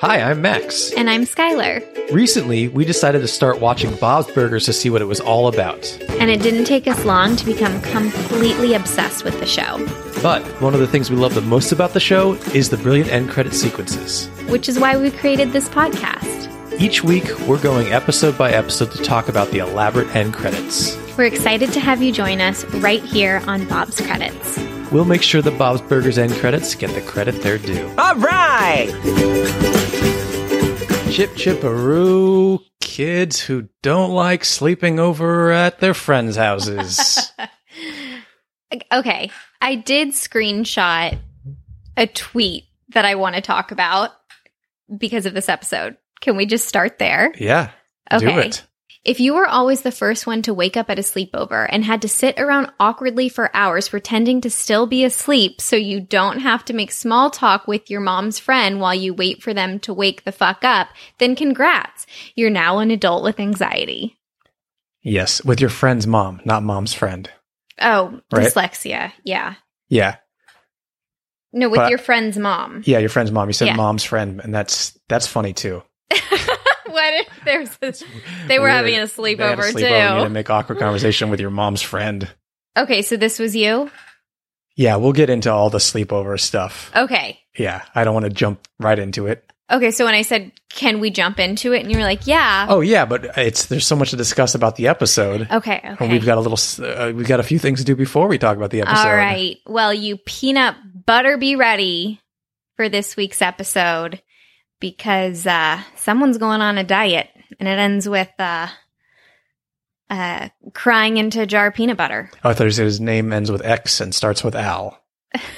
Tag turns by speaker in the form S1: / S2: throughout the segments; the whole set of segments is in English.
S1: Hi, I'm Max.
S2: And I'm Skylar.
S1: Recently, we decided to start watching Bob's Burgers to see what it was all about.
S2: And it didn't take us long to become completely obsessed with the show,
S1: But one of the things we love the most about the show is the brilliant end credit sequences.
S2: which is why we created this podcast.
S1: Each week, we're going episode by episode to talk about the elaborate end credits.
S2: We're excited to have you join us right here on Bob's Credits.
S1: We'll make sure that Bob's Burgers end credits get the credit they're due.
S3: All right!
S1: Chip chipperoo, kids who don't like sleeping over at their friends' houses.
S2: Okay, I did screenshot a tweet that I want to talk about because of this episode. Can we just start there?
S1: yeah, do
S2: Okay.
S1: it.
S2: If you were always the first one to wake up at a sleepover and had to sit around awkwardly for hours pretending to still be asleep so you don't have to make small talk with your mom's friend while you wait for them to wake the fuck up, then congrats. You're now an adult with anxiety.
S1: Yes, with your friend's mom, not mom's friend.
S2: Oh,
S1: Right.
S2: dyslexia. Yeah.
S1: Yeah,
S2: No, with
S1: But-
S2: your friend's mom.
S1: yeah, your friend's mom. You said
S2: Yeah.
S1: mom's friend, and that's that's funny too.
S2: what if there's a, they were
S1: Weird.
S2: having a
S1: They had a
S2: sleepover
S1: sleepover, and You had to
S2: too?
S1: make awkward conversation with your mom's friend.
S2: okay, so this was you?
S1: Yeah, we'll get into all the sleepover stuff.
S2: Okay.
S1: Yeah, I don't want to jump right into it.
S2: Okay, so when I said, can we jump into it? And you were like, yeah.
S1: Oh yeah, but it's there's so much to discuss about the episode.
S2: Okay, okay.
S1: Oh. And we've got a little, s- uh, we've got a few things to do before we talk about the episode.
S2: All right. Well, you peanut butter be ready for this week's episode because uh, someone's going on a diet and it ends with uh, uh, crying into a jar of peanut butter.
S1: Oh, I thought you said his name ends with X and starts with Al.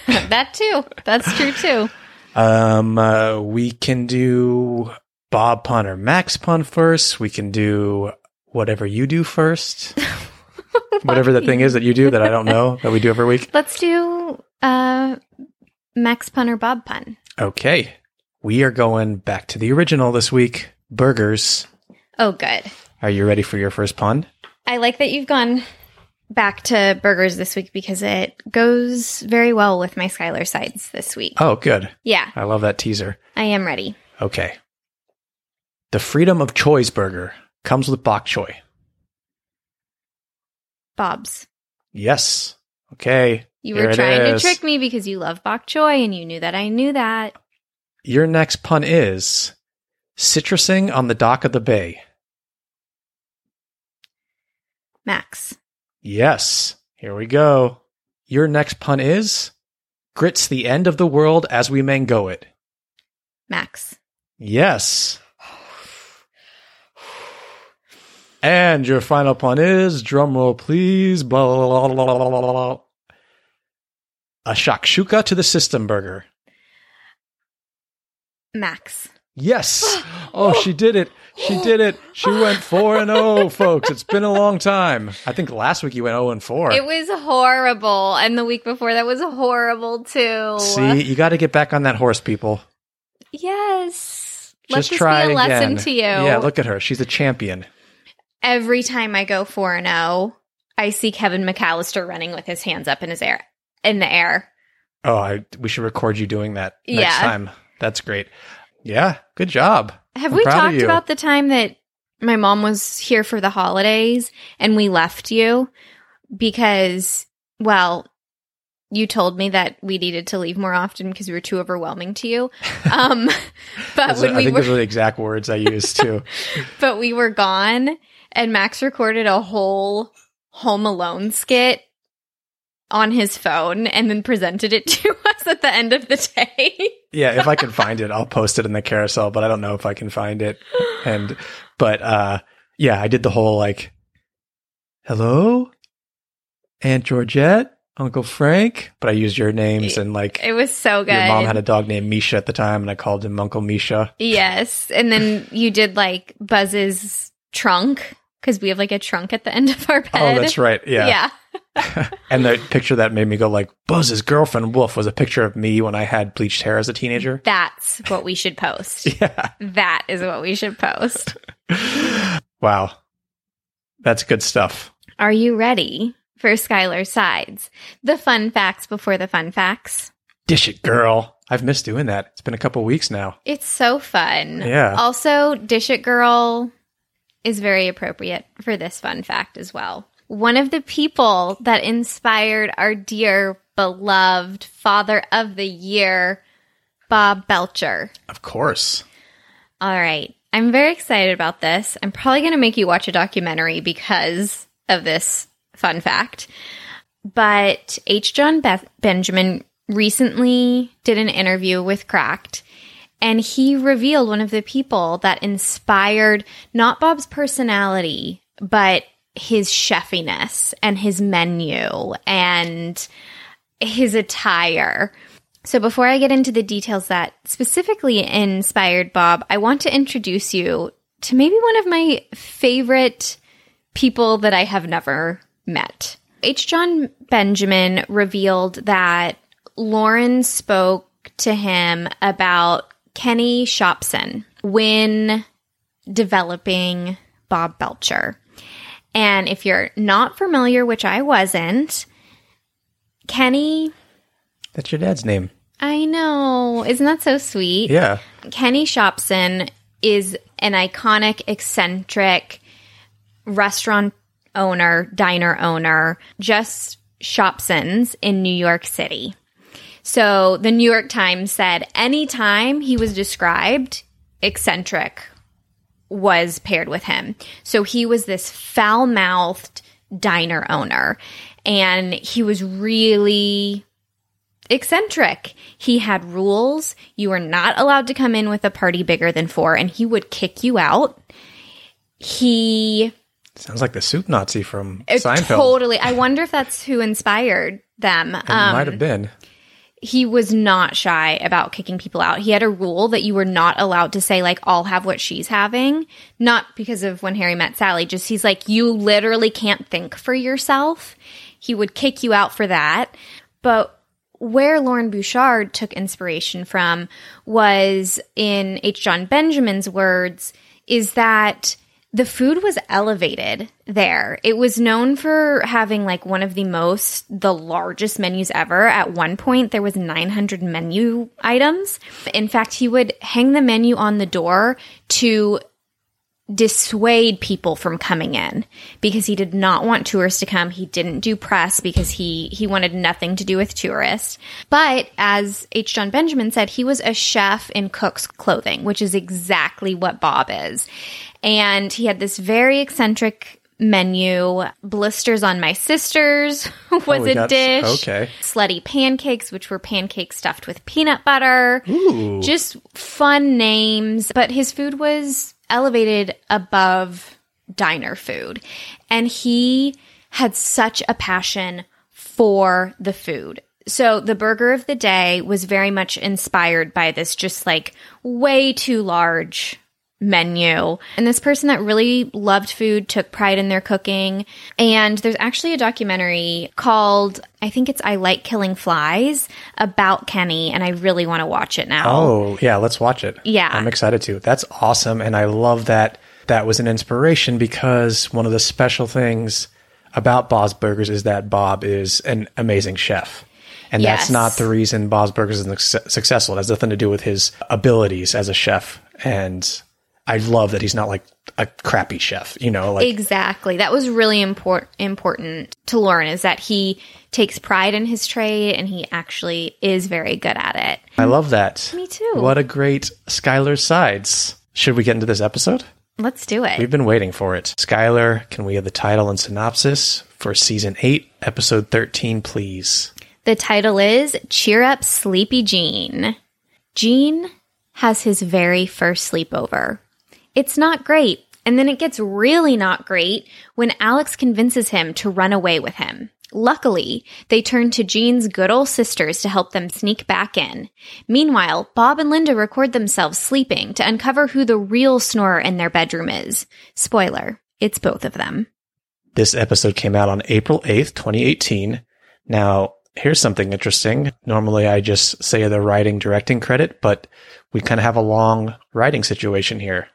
S2: that too. That's true too.
S1: Um, uh, we can do Bob pun or Max pun first. We can do whatever you do first. whatever that thing is that you do that I don't know that we do every week.
S2: Let's do uh, Max pun or Bob pun.
S1: Okay. We are going back to the original this week. Burgers.
S2: Oh, good.
S1: Are you ready for your first pun?
S2: I like that you've gone back to burgers this week because it goes very well with my Skylar sides this week.
S1: Oh, good.
S2: Yeah,
S1: I love that teaser.
S2: I am ready.
S1: Okay. The freedom of choice burger comes with bok choy.
S2: Bob's.
S1: Yes. Okay.
S2: You
S1: Here
S2: were
S1: it
S2: trying to
S1: is.
S2: trick me because you love bok choy and you knew that I knew that.
S1: Your next pun is citrusing on the dock of the bay.
S2: Max.
S1: Yes. Here we go. Your next pun is grits the end of the world as we mango it.
S2: Max.
S1: Yes. And your final pun is drum roll, please. Blah, blah, blah, blah, blah, blah, blah, blah. A shakshuka to the system burger.
S2: Max.
S1: Yes. Oh, she did it. She did it. She went 4 and 0, folks. It's been a long time. I think last week you went 0 and 4.
S2: It was horrible. And the week before that was horrible too.
S1: See, you got to get back on that horse, people.
S2: Yes. Let
S1: Just
S2: this
S1: try
S2: be a lesson
S1: again.
S2: to you.
S1: Yeah, look at her. She's a champion.
S2: Every time I go 4 and 0, I see Kevin McAllister running with his hands up in his air in the air.
S1: Oh, I, we should record you doing that next
S2: Yeah.
S1: time. That's great. Yeah, good job.
S2: Have
S1: I'm
S2: we
S1: proud of
S2: talked
S1: you.
S2: about the time that my mom was here for the holidays and we left you because, well, you told me that we needed to leave more often because we were too overwhelming to you. Um, but
S1: Those are-
S2: when
S1: I
S2: we
S1: think
S2: were
S1: those are the exact words I used too.
S2: but we were gone and Max recorded a whole Home Alone skit on his phone and then presented it to us at the end of the day.
S1: yeah, if I can find it, I'll post it in the carousel, but I don't know if I can find it. And but uh yeah, I did the whole like hello Aunt Georgette, Uncle Frank, but I used your names and like
S2: It was so good.
S1: your mom had a dog named Misha at the time and I called him Uncle Misha.
S2: yes. And then you did like Buzz's trunk because we have like a trunk at the end of our bed.
S1: Oh, that's right. Yeah.
S2: Yeah.
S1: And the picture that made me go like Buzz's girlfriend Wolf was a picture of me when I had bleached hair as a teenager.
S2: That's what we should post.
S1: Yeah.
S2: That is what we should post.
S1: Wow. That's good stuff.
S2: Are you ready for Skylar's sides? The fun facts before the fun facts.
S1: Dish it, girl. I've missed doing that. It's been a couple weeks now.
S2: It's so fun.
S1: Yeah.
S2: Also, Dish It Girl is very appropriate for this fun fact as well. One of the people that inspired our dear, beloved Father of the Year, Bob Belcher.
S1: Of course.
S2: All right. I'm very excited about this. I'm probably going to make you watch a documentary because of this fun fact. But H. John Beth- Benjamin recently did an interview with Cracked, and he revealed one of the people that inspired not Bob's personality, but his chefiness and his menu and his attire. So, before I get into the details that specifically inspired Bob, I want to introduce you to maybe one of my favorite people that I have never met. H. John Benjamin revealed that Lauren spoke to him about Kenny Shopson when developing Bob Belcher. And if you're not familiar, which I wasn't, Kenny
S1: That's your dad's name.
S2: I know. Isn't that so sweet?
S1: Yeah.
S2: Kenny Shopson is an iconic, eccentric restaurant owner, diner owner, just Shopson's in New York City. So the New York Times said anytime he was described, eccentric was paired with him. So he was this foul mouthed diner owner. And he was really eccentric. He had rules. You were not allowed to come in with a party bigger than four, and he would kick you out. He
S1: Sounds like the soup Nazi from
S2: it
S1: Seinfeld.
S2: totally. I wonder if that's who inspired them.
S1: It might
S2: um,
S1: have been.
S2: he was not shy about kicking people out. He had a rule that you were not allowed to say like I'll have what she's having, not because of when Harry met Sally, just he's like you literally can't think for yourself. He would kick you out for that. But where Lauren Bouchard took inspiration from was in H. John Benjamin's words is that the food was elevated there. It was known for having like one of the most, the largest menus ever. At one point, there was 900 menu items. In fact, he would hang the menu on the door to dissuade people from coming in because he did not want tourists to come. He didn't do press because he he wanted nothing to do with tourists. But as H. John Benjamin said, he was a chef in cook's clothing, which is exactly what Bob is. And he had this very eccentric menu. Blisters on my sisters was
S1: Oh, we
S2: a
S1: got-
S2: dish.
S1: okay.
S2: Slutty pancakes, which were pancakes stuffed with peanut butter just fun names, but his food was elevated above diner food. And he had such a passion for the food. So the burger of the day was very much inspired by this just like way too large menu. And this person that really loved food took pride in their cooking. And there's actually a documentary called, I think it's I Like Killing Flies about Kenny, and I really want to watch it now.
S1: Oh, yeah, let's watch it.
S2: Yeah.
S1: I'm excited to. That's awesome. And I love that that was an inspiration because one of the special things about Bob's Burgers is that Bob is an amazing chef. And
S2: Yes.
S1: that's not the reason Bob's Burgers is successful. It has nothing to do with his abilities as a chef. And I love that he's not like a crappy chef, you know, like
S2: exactly. That was really important important to Lauren is that he takes pride in his trade and he actually is very good at it.
S1: I love that.
S2: Me too.
S1: What a great Skylar sides. Should we get into this episode?
S2: Let's do it.
S1: We've been waiting for it. Skylar, can we have the title and synopsis for season 8, episode 13, please?
S2: The title is Cheer Up Sleepy Jean. Jean has his very first sleepover. It's not great, and then it gets really not great when Alex convinces him to run away with him. Luckily, they turn to Jean's good old sisters to help them sneak back in. Meanwhile, Bob and Linda record themselves sleeping to uncover who the real snorer in their bedroom is. Spoiler, it's both of them.
S1: This episode came out on April 8th, 2018. Now, here's something interesting. Normally I just say the writing directing credit, but we kind of have a long writing situation here.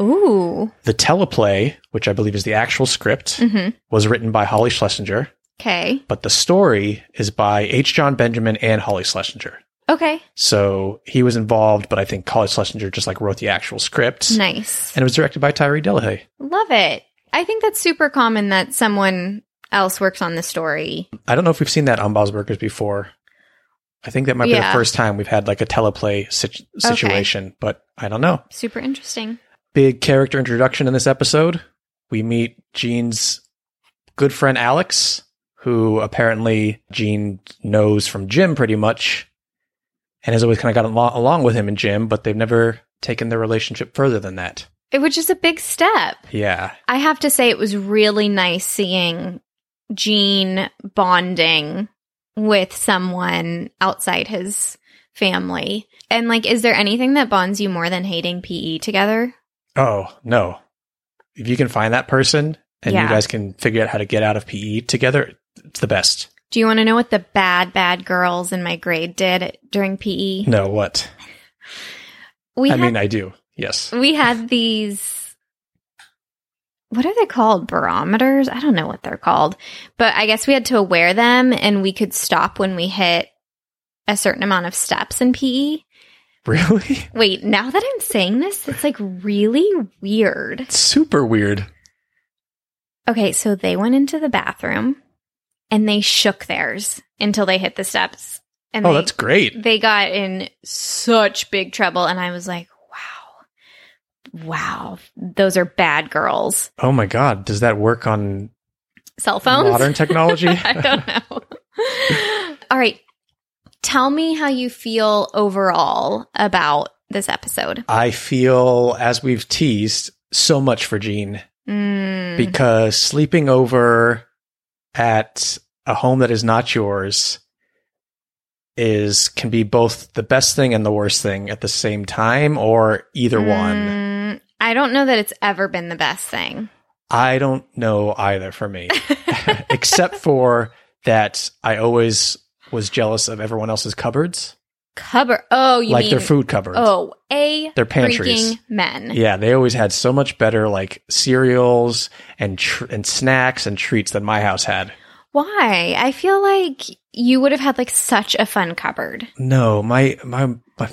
S2: Ooh.
S1: The teleplay, which I believe is the actual script,
S2: Mhm.
S1: was written by Holly Schlesinger,
S2: Okay.
S1: but the story is by H. John Benjamin and Holly Schlesinger.
S2: Okay.
S1: So he was involved, but I think Holly Schlesinger just like wrote the actual script.
S2: Nice.
S1: And it was directed by Tyree Delahaye.
S2: Love it. I think that's super common that someone else works on the story.
S1: I don't know if we've seen that on Bob's Burgers before. I think that might be
S2: Yeah.
S1: the first time we've had like a teleplay sit- situation, but I don't know.
S2: Super interesting.
S1: Big character introduction in this episode. We meet Gene's good friend Alex, who apparently Gene knows from Jim pretty much and has always kind of gotten al- along with him and Jim, but they've never taken their relationship further than that.
S2: It was just a big step.
S1: Yeah.
S2: I have to say, it was really nice seeing Gene bonding with someone outside his family. And, like, is there anything that bonds you more than hating PE together?
S1: Oh, no. If you can find that person and
S2: Yeah.
S1: you guys can figure out how to get out of PE together, it's the best.
S2: Do you want to know what the bad, bad girls in my grade did during PE?
S1: No, what?
S2: We
S1: I
S2: had,
S1: mean, I do. Yes.
S2: we had these. What are they called? Barometers? I don't know what they're called, but I guess we had to wear them, and we could stop when we hit a certain amount of steps in PE.
S1: Really?
S2: Wait, now that I'm saying this, it's like really weird.
S1: It's super weird.
S2: Okay, so they went into the bathroom and they shook theirs until they hit the steps. And
S1: Oh,
S2: they,
S1: that's great.
S2: they got in such big trouble. And I was like, wow, wow, those are bad girls.
S1: Oh my God. Does that work on
S2: Cell phones?
S1: modern technology?
S2: I don't know. All right. Tell me how you feel overall about this episode.
S1: I feel, as we've teased, so much for Gene
S2: Mm,
S1: because sleeping over at a home that is not yours is can be both the best thing and the worst thing at the same time or either one.
S2: Mm, I don't know that it's ever been the best thing.
S1: I don't know either for me. Except for that I always was jealous of everyone else's cupboards.
S2: Cupboard. Oh, you
S1: like
S2: mean,
S1: their food cupboards.
S2: Oh, a
S1: Their pantries.
S2: freaking men.
S1: Yeah, they always had so much better like cereals and tr- and snacks and treats than my house had.
S2: Why? I feel like you would have had like such a fun cupboard.
S1: No, my my my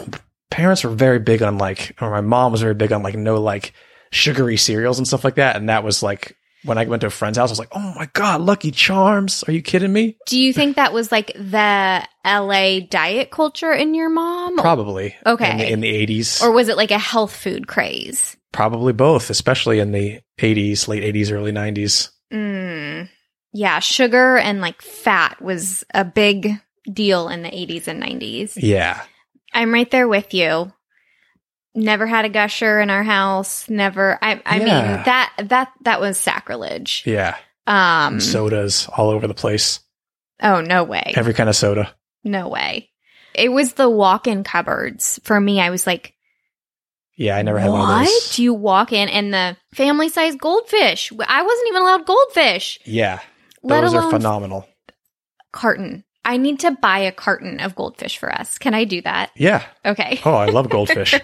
S1: parents were very big on like, or my mom was very big on like no like sugary cereals and stuff like that. And that was like when I went to a friend's house, I was like, oh my god, Lucky Charms? Are you kidding me?
S2: Do you think that was like the LA diet culture in your mom?
S1: Probably.
S2: Okay.
S1: In the- In the eighties,
S2: Or was it like a health food craze?
S1: probably both, especially in the eighties, late eighties, early nineties.
S2: Mm. Yeah, sugar and like fat was a big deal in the 80s and 90s.
S1: Yeah.
S2: I'm right there with you. Never had a gusher in our house. Never. I. I mean
S1: Yeah.
S2: that that that was sacrilege.
S1: Yeah. Mm,
S2: Um.
S1: Sodas all over the place.
S2: oh no way.
S1: Every kind of soda.
S2: no way. It was the walk-in cupboards for me. I was like,
S1: Yeah, I never had
S2: what?
S1: one of those.
S2: You walk in and the family-sized goldfish. I wasn't even allowed goldfish,
S1: yeah,
S2: let
S1: those are
S2: alone
S1: phenomenal.
S2: carton. I need to buy a carton of goldfish for us. Can I do that?
S1: Yeah.
S2: Okay.
S1: Oh, I love goldfish.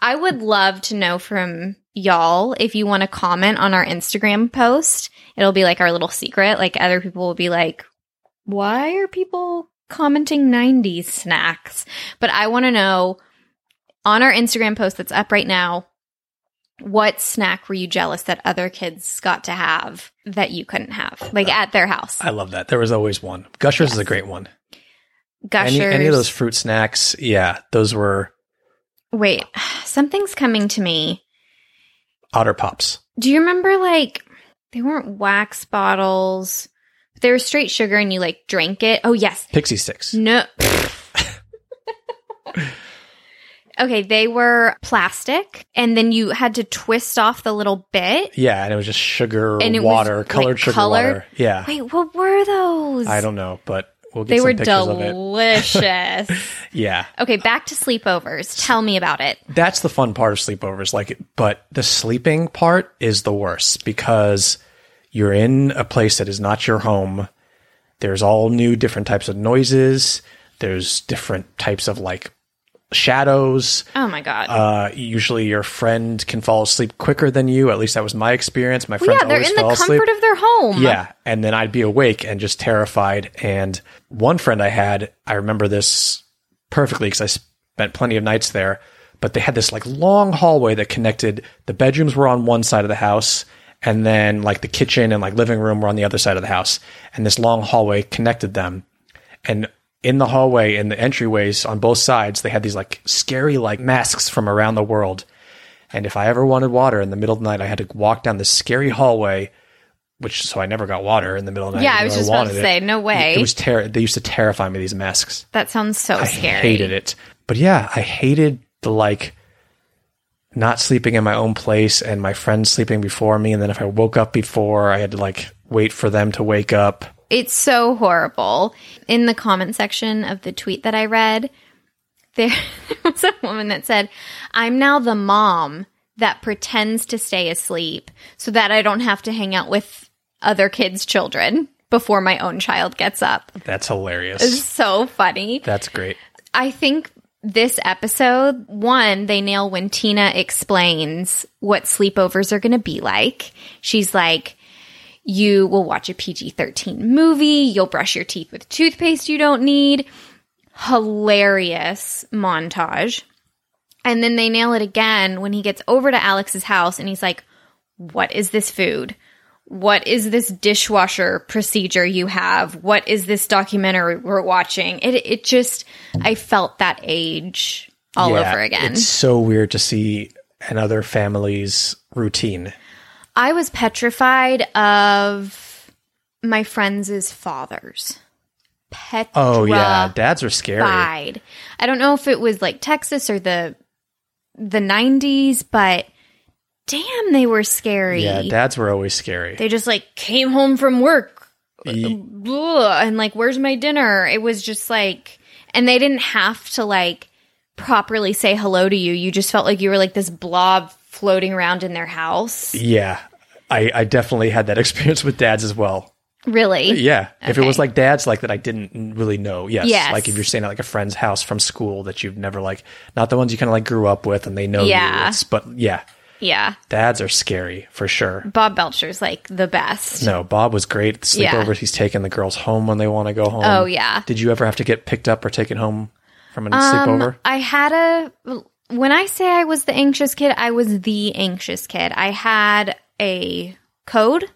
S2: I would love to know from y'all if you want to comment on our Instagram post. It'll be like our little secret. Like other people will be like, why are people commenting 90s snacks? But I want to know on our Instagram post that's up right now What snack were you jealous that other kids got to have that you couldn't have,
S1: Uh,
S2: like at their house?
S1: I love that. There was always one. Gushers is a great one.
S2: Gushers.
S1: Any, any of those fruit snacks. Yeah. Those were
S2: Wait, something's coming to me.
S1: Otter Pops.
S2: Do you remember like they weren't wax bottles? They were straight sugar and you like drank it. Oh yes.
S1: Pixie Sticks.
S2: No. okay, they were plastic and then you had to twist off the little bit.
S1: Yeah. And it was just sugar,
S2: And it was,
S1: water,
S2: like,
S1: colored sugar
S2: colored?
S1: water. Yeah.
S2: Wait, what were those?
S1: I don't know, but we'll get
S2: They
S1: some
S2: were Oh.
S1: pictures of
S2: delicious.
S1: it. Yeah.
S2: okay, back to sleepovers. Tell me about it.
S1: that's the fun part of sleepovers like but the sleeping part is the worst because you're in a place that is not your home there's all new different types of noises there's different types of like shadows
S2: Oh my god.
S1: uh, usually your friend can fall asleep quicker than you at least that was my experience my
S2: Well,
S1: friends
S2: yeah, they're
S1: always
S2: in the
S1: fell
S2: comfort
S1: asleep
S2: of their home.
S1: yeah. And then I'd be awake and just terrified. And one friend I had, I remember this perfectly because I spent plenty of nights there, but they had this like long hallway that connected the bedrooms were on one side of the house. And then like the kitchen and like living room were on the other side of the house. And this long hallway connected them. And in the hallway and the entryways on both sides, they had these like scary like masks from around the world. And if I ever wanted water in the middle of the night, I had to walk down this scary hallway, which so I never got water in the middle of the night.
S2: Yeah,
S1: even
S2: I was
S1: though
S2: just about to
S1: wanted it.
S2: say, no way.
S1: It was terror. They used to terrify me. These masks.
S2: That sounds so
S1: I
S2: scary.
S1: hated it. But yeah, I hated the like not sleeping in my own place and my friends sleeping before me. And then if I woke up before, I had to like wait for them to wake up.
S2: It's so horrible. In the comment section of the tweet that I read, there was a woman that said, I'm now the mom that pretends to stay asleep so that I don't have to hang out with other kids' children before my own child gets up.
S1: That's
S2: It's
S1: hilarious.
S2: so funny.
S1: That's great.
S2: I think this episode, one, they nail when Tina explains what sleepovers are going to be like. She's like, you will watch a PG 13 movie, you'll brush your teeth with toothpaste you don't need. Hilarious montage. And then they nail it again when he gets over to Alex's house and he's like, What is this food? What is this dishwasher procedure you have? What is this documentary we're watching? It, it just, I felt that age all
S1: Yeah,
S2: over again.
S1: It's so weird to see another family's routine.
S2: I was petrified of my friends' fathers. Petrified.
S1: Oh yeah, dads are scary.
S2: Bide. I don't know if it was like Texas or the the 90s, but damn, they were scary.
S1: Yeah, dads were always scary.
S2: they just like came home from work
S1: Ye-
S2: ugh, and like where's my dinner? It was just like and they didn't have to like properly say hello to you. You just felt like you were like this blob floating around in their house.
S1: yeah, I, I definitely had that experience with dads as well.
S2: Really?
S1: Yeah, if it was
S2: Okay.
S1: like dads like that, I didn't really know. Yes,
S2: Yes.
S1: like if you're staying at like a friend's house from school that you've never like, not the ones you kind of like grew up with and they know
S2: Yeah.
S1: you. It's, but yeah,
S2: Yeah.
S1: dads are scary for sure.
S2: Bob Belcher's like the best.
S1: No, Bob was great. The
S2: Yeah.
S1: sleepovers, he's taking the girls home when they want to go home.
S2: Oh, yeah.
S1: Did you ever have to get picked up or taken home from a
S2: Um,
S1: sleepover?
S2: I had a. When I say I was the anxious kid, I was the anxious kid. I had a code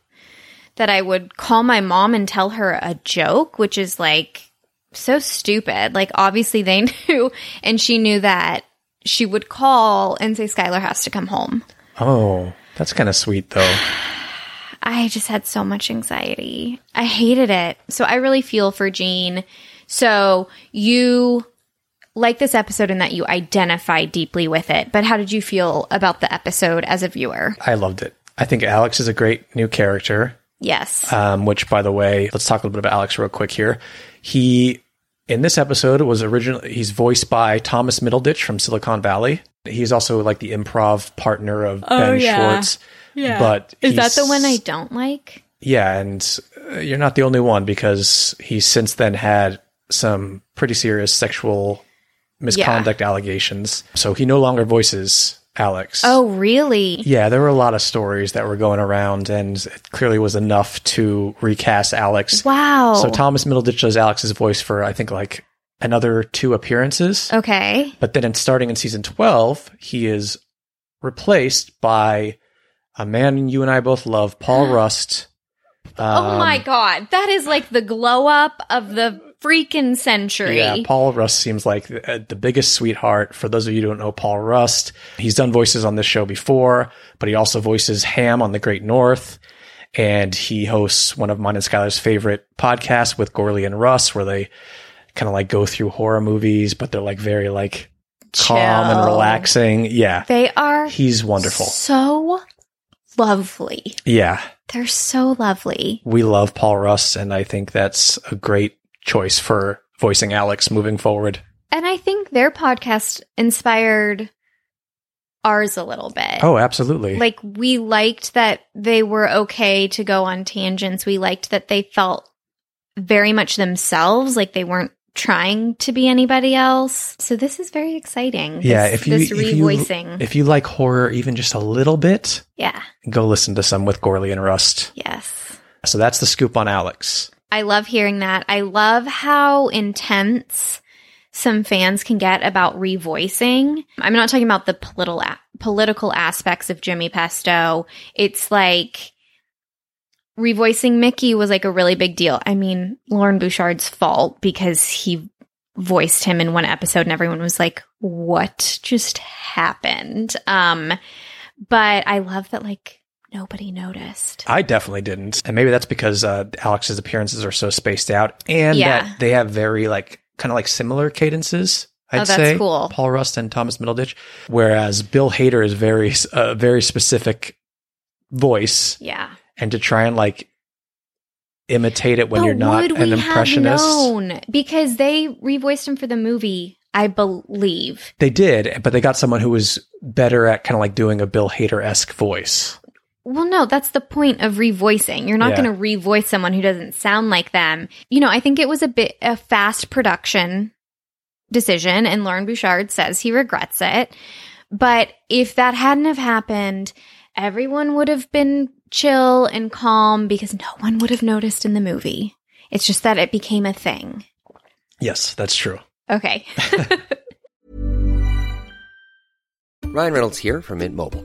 S2: that I would call my mom and tell her a joke, which is like so stupid. Like, obviously, they knew, and she knew that she would call and say, Skylar has to come home.
S1: Oh, that's kind of sweet though.
S2: I just had so much anxiety. I hated it. So I really feel for Jean. So you like this episode in that you identify deeply with it, but how did you feel about the episode as a viewer?
S1: I loved it. I think Alex is a great new character.
S2: Yes.
S1: um, which by the way, let's talk a little bit about Alex real quick here. He in this episode was originally he's voiced by Thomas Middleditch from Silicon Valley. He's also like the improv partner of Ben Schwartz. Yeah. But
S2: Oh, Is that the
S1: he's-
S2: one I don't like?
S1: Yeah, and uh, you're not the only one because he's since then had some pretty serious sexual misconduct allegations. So he no longer voices Alex.
S2: Oh, really?
S1: Yeah, there were a lot of stories that were going around, and it clearly was enough to recast Alex.
S2: Wow.
S1: So Thomas Middleditch does Alex's voice for I think like another two appearances,
S2: okay.
S1: but then in starting in season twelve, he is replaced by a man you and I both love, Paul Rust. Um,
S2: oh my god, that is like the glow up of the freaking century.
S1: Yeah, Paul Rust seems like the, uh, the biggest sweetheart. For those of you who don't know Paul Rust, he's done voices on this show before, but he also voices Ham on The Great North. And he hosts one of mine and Skylar's favorite podcasts with Gorley and Russ, where they kind of like go through horror movies, but they're like very like calm and
S2: Chill.
S1: relaxing. Yeah.
S2: They are
S1: He's wonderful.
S2: so lovely.
S1: Yeah.
S2: They're so lovely.
S1: We love Paul Russ, and I think that's a great choice for voicing Alex moving forward.
S2: And I think their podcast inspired ours a little bit.
S1: Oh, absolutely.
S2: Like we liked that they were okay to go on tangents. We liked that they felt very much themselves, like they weren't trying to be anybody else. So this is very exciting.
S1: yeah,
S2: This-
S1: if you
S2: this
S1: if you-
S2: revoicing.
S1: if you like horror even just a little bit,
S2: yeah.
S1: go listen to some with Gorley and Rust.
S2: Yes.
S1: So that's the scoop on Alex.
S2: I love hearing that. I love how intense some fans can get about revoicing. I'm not talking about the political political aspects of Jimmy Pesto. It's like revoicing Mickey was like a really big deal. I mean, Lauren Bouchard's fault because he voiced him in one episode and everyone was like, "What just happened?" Um but I love that like nobody noticed.
S1: I definitely didn't, and maybe that's because uh, Alex's appearances are so spaced out, and
S2: Yeah.
S1: that they have very like kind of like similar cadences. I'd
S2: Oh, that's
S1: say
S2: cool.
S1: Paul Rust and Thomas Middleditch, whereas Bill Hader is very a very specific voice,
S2: Yeah.
S1: and to try and like imitate it when
S2: But
S1: you're not
S2: would
S1: an
S2: we have
S1: impressionist.
S2: known? because they revoiced him for the movie, I believe.
S1: They did, but they got someone who was better at kind of like doing a Bill Hader esque voice.
S2: Well, no, that's the point of revoicing. You're not
S1: Yeah.
S2: going to revoice someone who doesn't sound like them. You know, I think it was a bit a fast production decision, and Lauren Bouchard says he regrets it. But if that hadn't have happened, everyone would have been chill and calm because no one would have noticed in the movie. It's just that it became a thing.
S1: Yes, that's true.
S2: Okay.
S3: Ryan Reynolds here from Mint Mobile.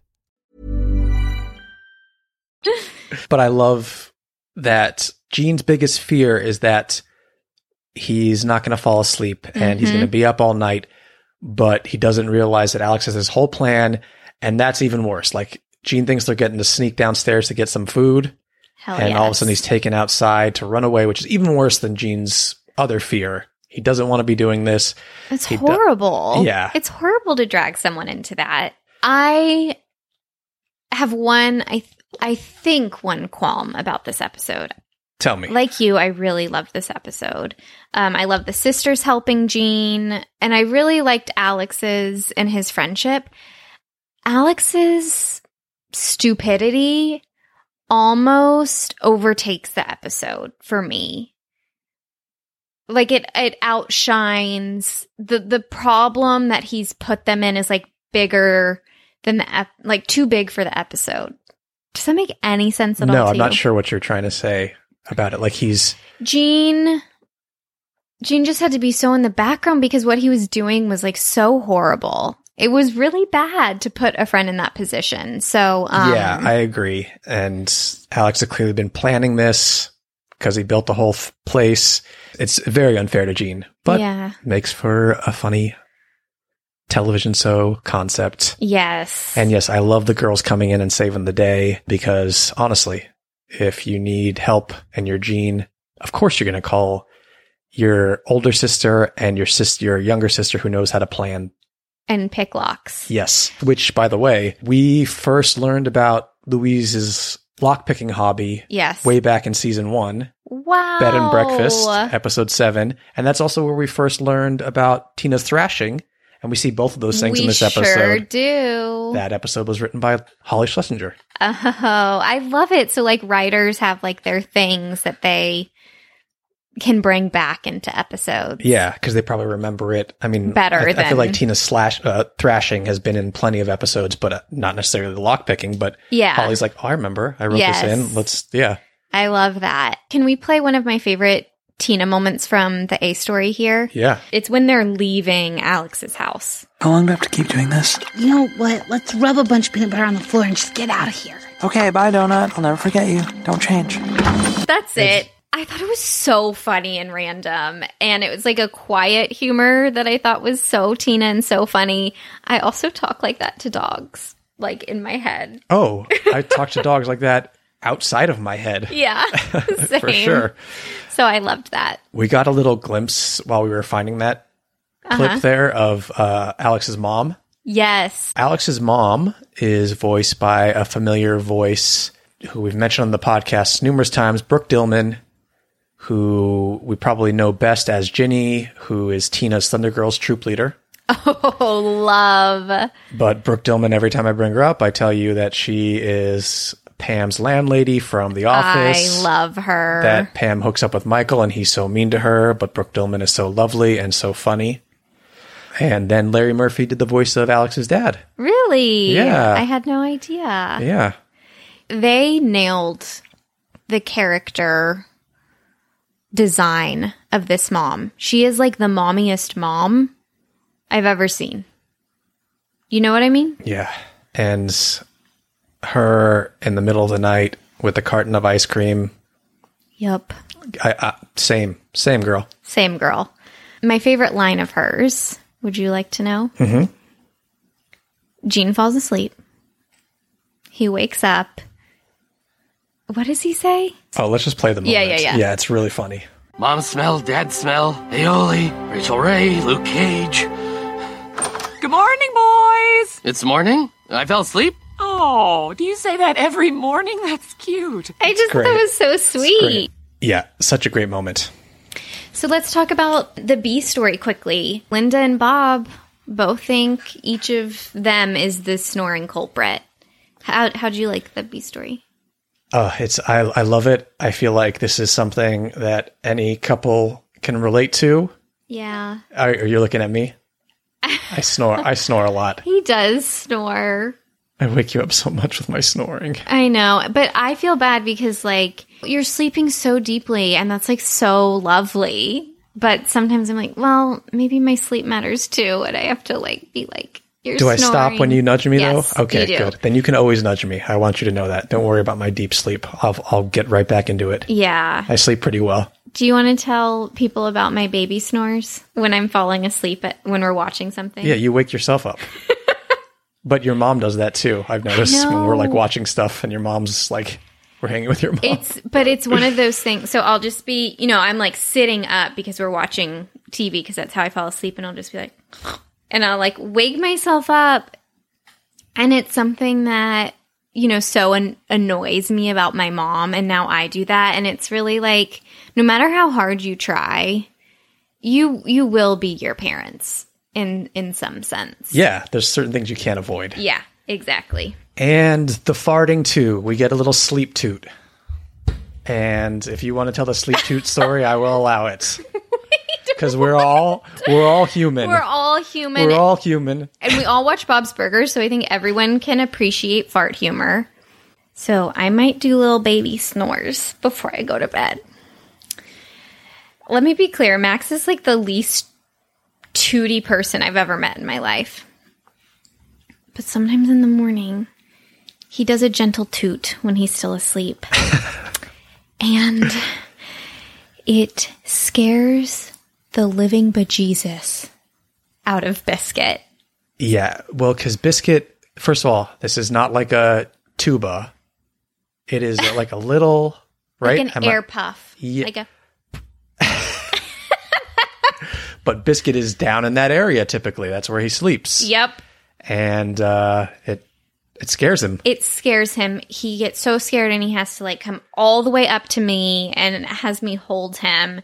S1: But I love that Gene's biggest fear is that he's not going to fall asleep and he's
S2: Mm-hmm.
S1: going to be up all night, but he doesn't realize that Alex has his whole plan. And that's even worse. Like, Gene thinks they're getting to sneak downstairs to get some food.
S2: Hell
S1: and all of a sudden
S2: Oh, yes.
S1: he's taken outside to run away, which is even worse than Gene's other fear. He doesn't want to be doing this.
S2: It's
S1: He do-
S2: horrible.
S1: Yeah.
S2: It's horrible to drag someone into that. I have one. I th- I think one qualm about this episode.
S1: Tell me.
S2: Like you, I really loved this episode. Um, I love the sisters helping Jean, and I really liked Alex's and his friendship. Alex's stupidity almost overtakes the episode for me. Like it it outshines the the problem that he's put them in is like bigger than the ep- like too big for the episode. Does that make any sense at all?
S1: no,
S2: to
S1: I'm not
S2: you?
S1: sure what you're trying to say about it. Like he's
S2: Gene Gene just had to be so in the background because what he was doing was like so horrible. It was really bad to put a friend in that position. So um,
S1: yeah, I agree. And Alex had clearly been planning this because he built the whole f- place. It's very unfair to Gene, but
S2: yeah,
S1: makes for a funny television show concept.
S2: yes,
S1: And yes, I love the girls coming in and saving the day because honestly, if you need help and your Gene, of course you're going to call your older sister and your sister, your younger sister who knows how to plan
S2: and pick locks.
S1: Yes. Which, by the way, we first learned about Louise's lockpicking hobby
S2: Yes. Oh.
S1: way back in season one,
S2: Wow.
S1: Bed and Breakfast, episode seven. And that's also where we first learned about Tina's thrashing. And we see both of those things
S2: we
S1: in this
S2: Sure
S1: episode.
S2: do.
S1: That episode was written by Holly Schlesinger.
S2: Oh, I love it. So like writers have like their things that they can bring back into episodes.
S1: Yeah, because they probably remember it. I mean,
S2: Better
S1: I, I
S2: than-
S1: feel like Tina's slash uh, thrashing has been in plenty of episodes, but uh, not necessarily the lockpicking. But
S2: Yeah.
S1: Holly's like, oh, I remember. I wrote
S2: Yes.
S1: this in. Let's, yeah.
S2: I love that. Can we play one of my favorite Tina moments from the A story here?
S1: Yeah.
S2: It's when they're leaving Alex's house.
S4: How long do I have to keep doing this?
S5: You know what? Let's rub a bunch of peanut butter on the floor and just get out of here.
S4: Okay, bye, Donut. I'll never forget you. Don't change.
S2: That's it. I thought it was so funny and random. And it was like a quiet humor that I thought was so Tina and so funny. I also talk like that to dogs, like in my head.
S1: Oh, I talk to dogs like that outside of my head.
S2: Yeah. Same.
S1: For sure.
S2: So I loved that.
S1: We got a little glimpse while we were finding that
S2: Uh-huh.
S1: clip there of uh, Alex's mom.
S2: Yes.
S1: Alex's mom is voiced by a familiar voice who we've mentioned on the podcast numerous times, Brooke Dillman, who we probably know best as Ginny, who is Tina's Thunder Girls troop leader.
S2: Oh, love.
S1: But Brooke Dillman, every time I bring her up, I tell you that she is Pam's landlady from The Office.
S2: I love her.
S1: that Pam hooks up with Michael and he's so mean to her, but Brooke Dillman is so lovely and so funny. And then Larry Murphy did the voice of Alex's dad.
S2: really?
S1: Yeah.
S2: I had no idea.
S1: Yeah.
S2: they nailed the character design of this mom. She is like the mommiest mom I've ever seen. You know what I mean?
S1: Yeah. And s- her in the middle of the night with a carton of ice cream.
S2: Yep.
S1: I, I, same, same girl.
S2: Same girl. My favorite line of hers, would you like to know? Mm-hmm. Gene falls asleep. He wakes up. What does he say?
S1: Oh, let's just play the moment.
S2: Yeah, yeah, yeah.
S1: Yeah, it's really funny.
S3: Mom smell, dad smell, aioli, Rachel Ray, Luke Cage.
S4: Good morning, boys.
S3: It's morning. I fell asleep.
S4: Oh, do you say that every morning? That's cute.
S2: I just thought that
S1: great.
S2: was so sweet.
S1: Yeah, such a great moment.
S2: So let's talk about the B story quickly. Linda and Bob both think each of them is the snoring culprit. How how'd you like the B story?
S1: Oh, it's I I love it. I feel like this is something that any couple can relate to.
S2: Yeah.
S1: Are, are you looking at me? I snore. I snore a lot.
S2: He does snore.
S1: I wake you up so much with my snoring.
S2: I know, but I feel bad because like you're sleeping so deeply and that's like so lovely. But sometimes I'm like, well, maybe my sleep matters too, and I have to like be like you're
S1: Do I stop when
S2: snoring.
S1: you nudge me
S2: Yes,
S1: though? Okay,
S2: you do.
S1: good. Then you can always nudge me. I want you to know that. Don't worry about my deep sleep. I'll I'll get right back into it.
S2: Yeah.
S1: I sleep pretty well.
S2: Do you want to tell people about my baby snores when I'm falling asleep at, when we're watching something?
S1: Yeah, you wake yourself up. but your mom does that too. I've noticed when we're like
S2: know.
S1: watching stuff and your mom's like we're hanging with your mom.
S2: It's but it's one of those things. So I'll just be, you know, I'm like sitting up because we're watching TV because that's how I fall asleep and I'll just be like and I'll like wake myself up and it's something that you know, so an- annoys me about my mom, and now I do that. And it's really like, no matter how hard you try, you you will be your parents in in some sense.
S1: Yeah, there's certain things you can't avoid.
S2: Yeah, exactly.
S1: And the farting too. We get a little sleep toot. And if you want to tell the sleep toot story, I will allow it. Because we're all we're all human.
S2: We're all human,
S1: We're all human.
S2: and we all watch Bob's Burgers, so I think everyone can appreciate fart humor. So I might do little baby snores before I go to bed. Let me be clear Max is like the least tooty person I've ever met in my life. But sometimes in the morning, he does a gentle toot when he's still asleep. and it scares the living bejesus out of Biscuit.
S1: Yeah. Well, because biscuit. First of all, this is not like a tuba. It is like a little right.
S2: Like an
S1: Am I-
S2: air puff.
S1: Yeah.
S2: Like a
S1: but biscuit is down in that area typically. That's where he sleeps,
S2: Yep.
S1: and uh, it it scares him.
S2: It scares him. He gets so scared and he has to like come all the way up to me and has me hold him.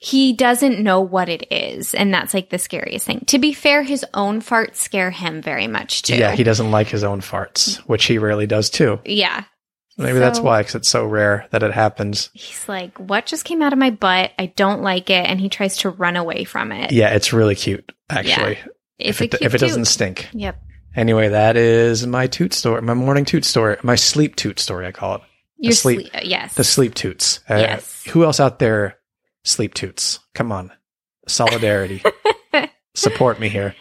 S2: He doesn't know what it is, and that's like the scariest thing. To be fair, his own farts scare him very much too.
S1: Yeah, he doesn't like his own farts, which he rarely does too.
S2: Yeah.
S1: Maybe that's
S2: So-
S1: why, because it's so rare that it happens.
S2: He's like, "What just came out of my butt? I don't like it." And he tries to run away from it.
S1: Yeah, it's really cute, actually. If
S2: It's a
S1: it,
S2: cute
S1: if it doesn't
S2: toot.
S1: stink.
S2: Yep.
S1: Anyway, that is my toot story, my morning toot story, my sleep toot story. I call it The
S2: Your
S1: sleep-
S2: sleep. yes.
S1: the sleep toots. Uh,
S2: Yes.
S1: Who else out there sleep toots? Come on, solidarity, support me here.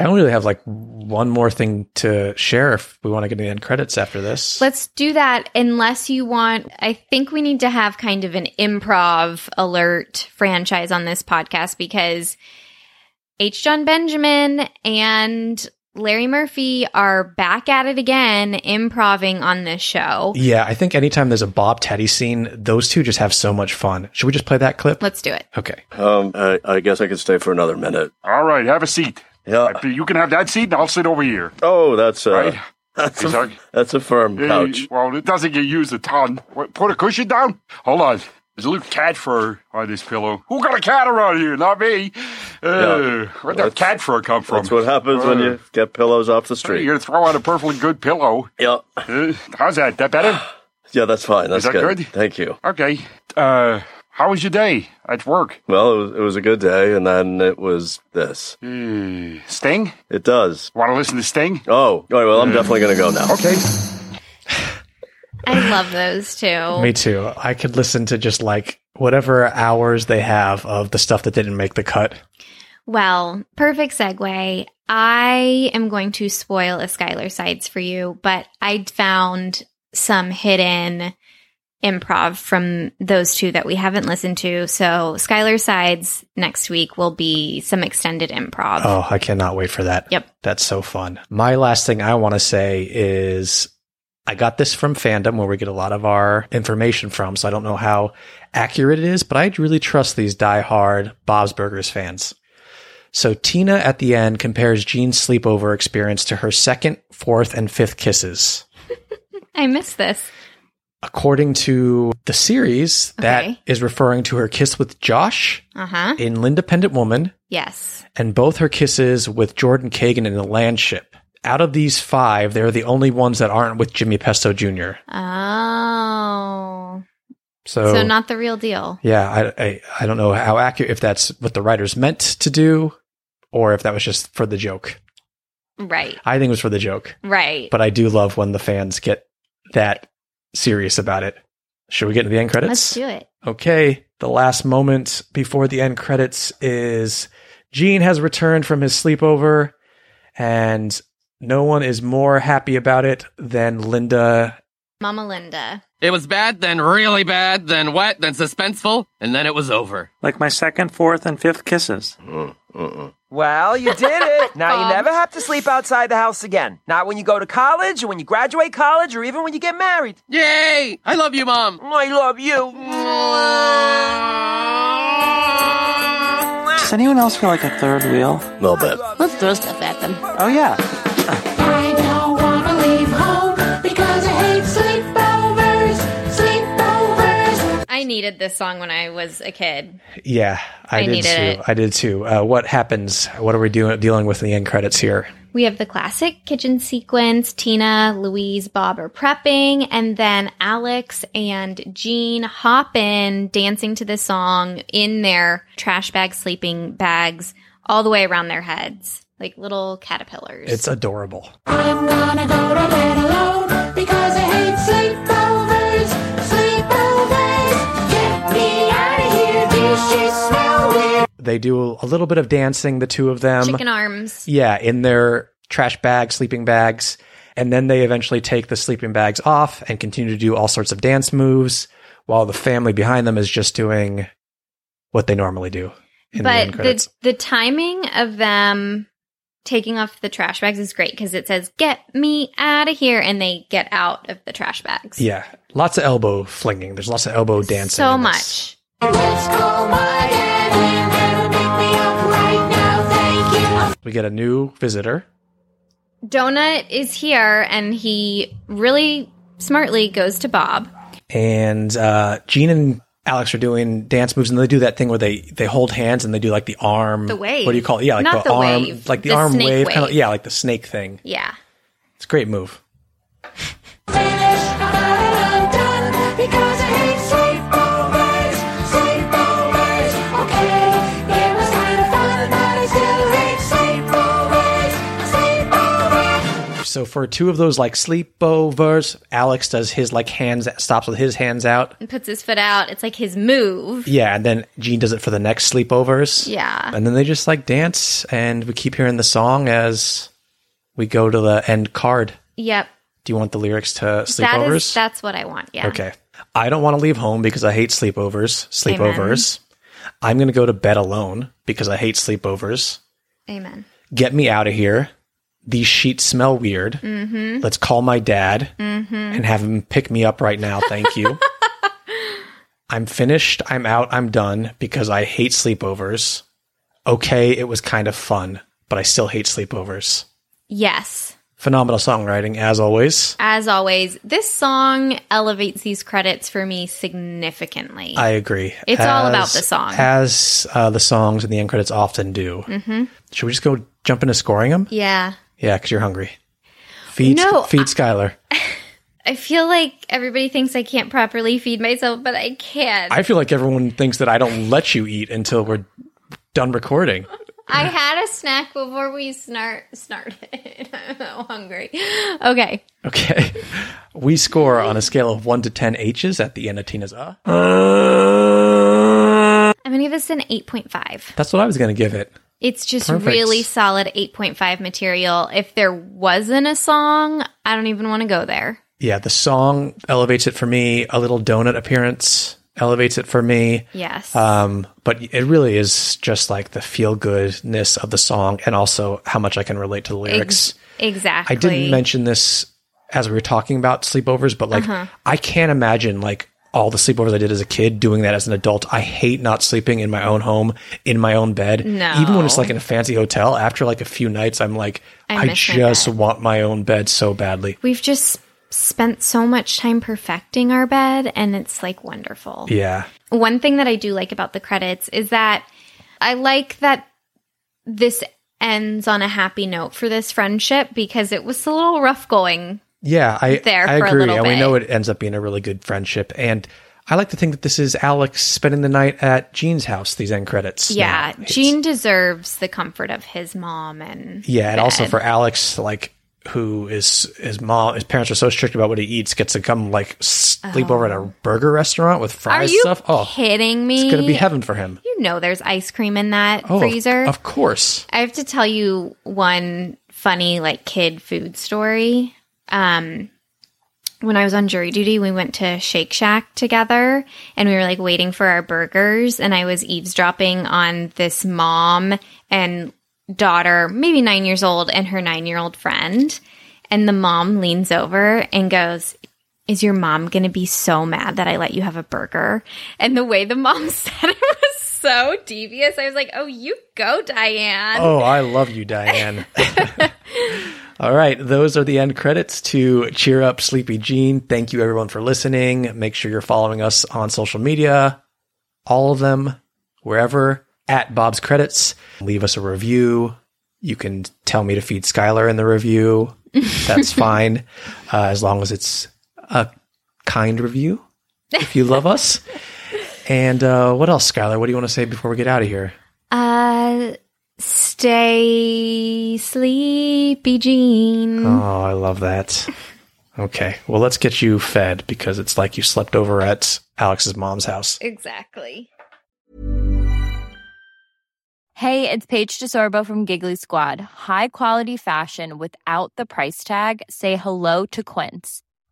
S1: I only really have like one more thing to share if we want to get to the end credits after this.
S2: Let's do that unless you want. I think we need to have kind of an improv alert franchise on this podcast because H. John Benjamin and Larry Murphy are back at it again, improving on this show.
S1: yeah, I think anytime there's a Bob Teddy scene, those two just have so much fun. Should we just play that clip?
S2: Let's do it.
S1: Okay.
S6: Um, I, I guess I could stay for another minute.
S7: All right, have a seat.
S6: Yeah.
S7: Uh, You can have that seat, and I'll sit over here.
S6: Oh, that's uh,
S7: Right.
S6: that's,
S7: Is
S6: a,
S7: that-
S6: that's a firm
S7: Hey,
S6: couch.
S7: well, it doesn't get used a ton. What, put a cushion down? Hold on. There's a little cat fur on this pillow. Who got a cat around here? Not me. Uh, Where'd that
S6: That's-
S7: cat fur come from?
S6: That's what happens when you get pillows off the street.
S7: You're going to throw out a perfectly good pillow.
S6: Yeah.
S7: Uh, how's that? That better?
S6: Yeah, that's fine. That's
S7: that
S6: good.
S7: good?
S6: Thank you.
S7: Okay. Uh, how was your day at work?
S6: Well, it was, it was a good day, and then it was this.
S7: Sting?
S6: It does.
S7: Want to listen to Sting?
S6: Oh, all right. Well, I'm definitely going to go now.
S7: Okay.
S2: I love those two.
S1: Me too. I could listen to just like whatever hours they have of the stuff that didn't make the cut.
S2: Well, perfect segue. I am going to spoil a Skylar Sides for you, but I found some hidden improv from those two that we haven't listened to. So Skylar Sides next week will be some extended improv.
S1: Oh, I cannot wait for that.
S2: Yep.
S1: That's so fun. My last thing I want to say is I got this from fandom where we get a lot of our information from, so I don't know how accurate it is, but I really trust these diehard Bob's Burgers fans. So Tina at the end compares Jean's sleepover experience to her second, fourth, and fifth kisses.
S2: I missed this.
S1: According to the series, that
S2: Okay.
S1: is referring to her kiss with Josh
S2: Uh huh.
S1: in Lindependent Woman,
S2: Yes.
S1: and both her kisses with Jordan Kagan in the land ship. Out of these five, they're the only ones that aren't with Jimmy Pesto Jr.
S2: Oh.
S1: So,
S2: so not the real deal.
S1: yeah, I, I I don't know how accurate if that's what the writers meant to do, or if that was just for the joke.
S2: Right.
S1: I think it was for the joke,
S2: Right.
S1: but I do love when the fans get that serious about it. Should we get to the end credits?
S2: Let's do it.
S1: Okay, the last moment before the end credits is Gene has returned from his sleepover, and no one is more happy about it than Linda.
S2: Mama Linda.
S8: It was bad, then really bad, then wet, then suspenseful, and then it was over.
S9: Like my second, fourth, and fifth kisses.
S10: Well, you did it. Now you
S8: Bob.
S10: never have to sleep outside the house again. Not when you go to college, or when you graduate college, or even when you get married.
S8: Yay! I love you, Mom.
S10: I love you.
S9: Does anyone else feel like a third wheel?
S6: A little bit.
S5: Let's throw stuff at them.
S9: Oh, yeah.
S4: I don't want to leave home because
S2: needed this song when I was a kid.
S1: Yeah, I,
S2: I
S1: did
S2: needed
S1: too.
S2: it.
S1: I did too. Uh, what happens? What are we doing dealing with in the end credits here?
S2: We have the classic kitchen sequence. Tina, Louise, Bob are prepping, and then Alex and Jean hop in, dancing to this song in their trash bag sleeping bags all the way around their heads, like little caterpillars.
S1: It's adorable.
S4: I'm gonna go to bed alone because I hate sleepovers. Sleepovers, get me out of here. These sheets smell weird.
S1: They do a little bit of dancing, the two of them.
S2: Chicken arms.
S1: Yeah, in their trash bags, sleeping bags. And then they eventually take the sleeping bags off and continue to do all sorts of dance moves while the family behind them is just doing what they normally do. In the
S2: but
S1: end credits.
S2: the, the timing of them taking off the trash bags is great because it says get me out of here and they get out of the trash bags
S1: yeah, lots of elbow flinging. There's lots of elbow dancing.
S2: so
S1: in this.
S2: much
S4: Let's call my dad and that'll pick me up right now. Thank you.
S1: We get a new visitor.
S2: donut is here and he really smartly goes to bob
S1: and uh, Gene and Alex are doing dance moves, and they do that thing where they they hold hands and they do like the arm,
S2: The wave.
S1: What do you call it? Yeah, like
S2: Not
S1: the,
S2: the
S1: arm,
S2: wave,
S1: like the,
S2: the
S1: arm
S2: snake
S1: wave, kind of.
S2: wave.
S1: Yeah, like the snake thing.
S2: yeah
S1: It's a great move.
S4: Because I hate sleepovers, sleepovers. Okay, it was kind of fun, but I still hate sleepovers, sleepovers.
S1: So for two of those like sleepovers, Alex does his like hands stops with his hands out.
S2: and puts his foot out it's like his move
S1: Yeah, and then Gene does it for the next sleepovers.
S2: Yeah.
S1: and then they just like dance, and we keep hearing the song as we go to the end card.
S2: yep
S1: Do you want the lyrics to sleepovers?
S2: that is that's what i want yeah
S1: Okay. I don't want to leave home because I hate sleepovers. Sleepovers. I'm going to go to bed alone because I hate sleepovers.
S2: amen
S1: Get me out of here. These sheets smell weird.
S2: mm-hmm
S1: Let's call my dad
S2: mm-hmm
S1: and have him pick me up right now. Thank you. I'm finished. I'm out. I'm done because I hate sleepovers. Okay, it was kind of fun, but I still hate sleepovers.
S2: yes
S1: Phenomenal songwriting, as always.
S2: As always, this song elevates these credits for me significantly.
S1: I agree.
S2: It's all about the song.
S1: As uh, the songs and the end credits often do.
S2: hmm
S1: Should we just go jump into scoring them?
S2: Yeah.
S1: Yeah, because you're hungry. Feed,
S2: No,
S1: feed Skylar.
S2: I feel like everybody thinks I can't properly feed myself, but I can.
S1: I feel like everyone thinks that I don't let you eat until we're done recording.
S2: I had a snack before we snart snarted. I'm hungry. Okay.
S1: Okay. We score on a scale of 1 to 10 H's at the end of Tina's Uh.
S2: I'm going to give this an 8.5.
S1: That's what I was going to give it.
S2: It's just
S1: Perfect.
S2: really solid 8.5 material. If there wasn't a song, I don't even want to go there.
S1: Yeah, the song elevates it for me. A little donut appearance elevates it for me.
S2: Yes.
S1: Um, but it really is just like the feel goodness of the song and also how much I can relate to the lyrics.
S2: Ex- exactly.
S1: I didn't mention this as we were talking about sleepovers, but like
S2: Uh-huh.
S1: I can't imagine like all the sleepovers I did as a kid doing that as an adult. I hate not sleeping in my own home, in my own bed.
S2: No.
S1: Even when it's like in a fancy hotel, after like a few nights, I'm like,
S2: I
S1: I,
S2: miss my
S1: just want my own bed so badly.
S2: We've just spent so much time perfecting our bed, and it's like wonderful.
S1: Yeah.
S2: One thing that I do like about the credits is that I like that this ends on a happy note for this friendship because it was a little rough going.
S1: Yeah, I,
S2: There
S1: I
S2: for a
S1: agree.
S2: little
S1: and we
S2: bit.
S1: know it ends up being a really good friendship. And I like to think that this is Alex spending the night at Jean's house, these end credits.
S2: yeah,
S1: now. It's-
S2: Gene deserves the comfort of his mom and
S1: Yeah, and also
S2: bed.
S1: for Alex, like who is his mom, his parents are so strict about what he eats, gets to come like sleep over at a burger restaurant with
S2: Oh. Are
S1: fries
S2: you
S1: stuff. Oh,
S2: kidding me?
S1: it's gonna be heaven for him.
S2: You know, there's ice cream in that
S1: Oh, of-
S2: freezer.
S1: of course.
S2: I have to tell you one funny like kid food story. Um when I was on jury duty, we went to Shake Shack together and we were like waiting for our burgers and I was eavesdropping on this mom and daughter, maybe 9 years old and her 9-year-old friend. And the mom leans over and goes, is your mom going to be so mad that I let you have a burger? And the way the mom said it was so devious. I was like, oh, you go, Diane.
S1: Oh, I love you, Diane. All right, those are the end credits to Cheer Up Sleepy Jean. Thank you everyone for listening. Make sure you're following us on social media, all of them, wherever, at Bob's Credits. Leave us a review. You can tell me to feed Skylar in the review. That's fine, uh, as long as it's a kind review. If you love us. And uh, what else, Skylar? What do you want to say before we get out of here?
S11: Uh, stay sleepy, Jean.
S1: Oh, I love that. Okay. Well, let's get you fed because it's like you slept over at Alex's mom's house.
S11: Exactly.
S2: Hey, it's Paige DeSorbo from Giggly Squad. High quality fashion without the price tag. Say hello to Quince.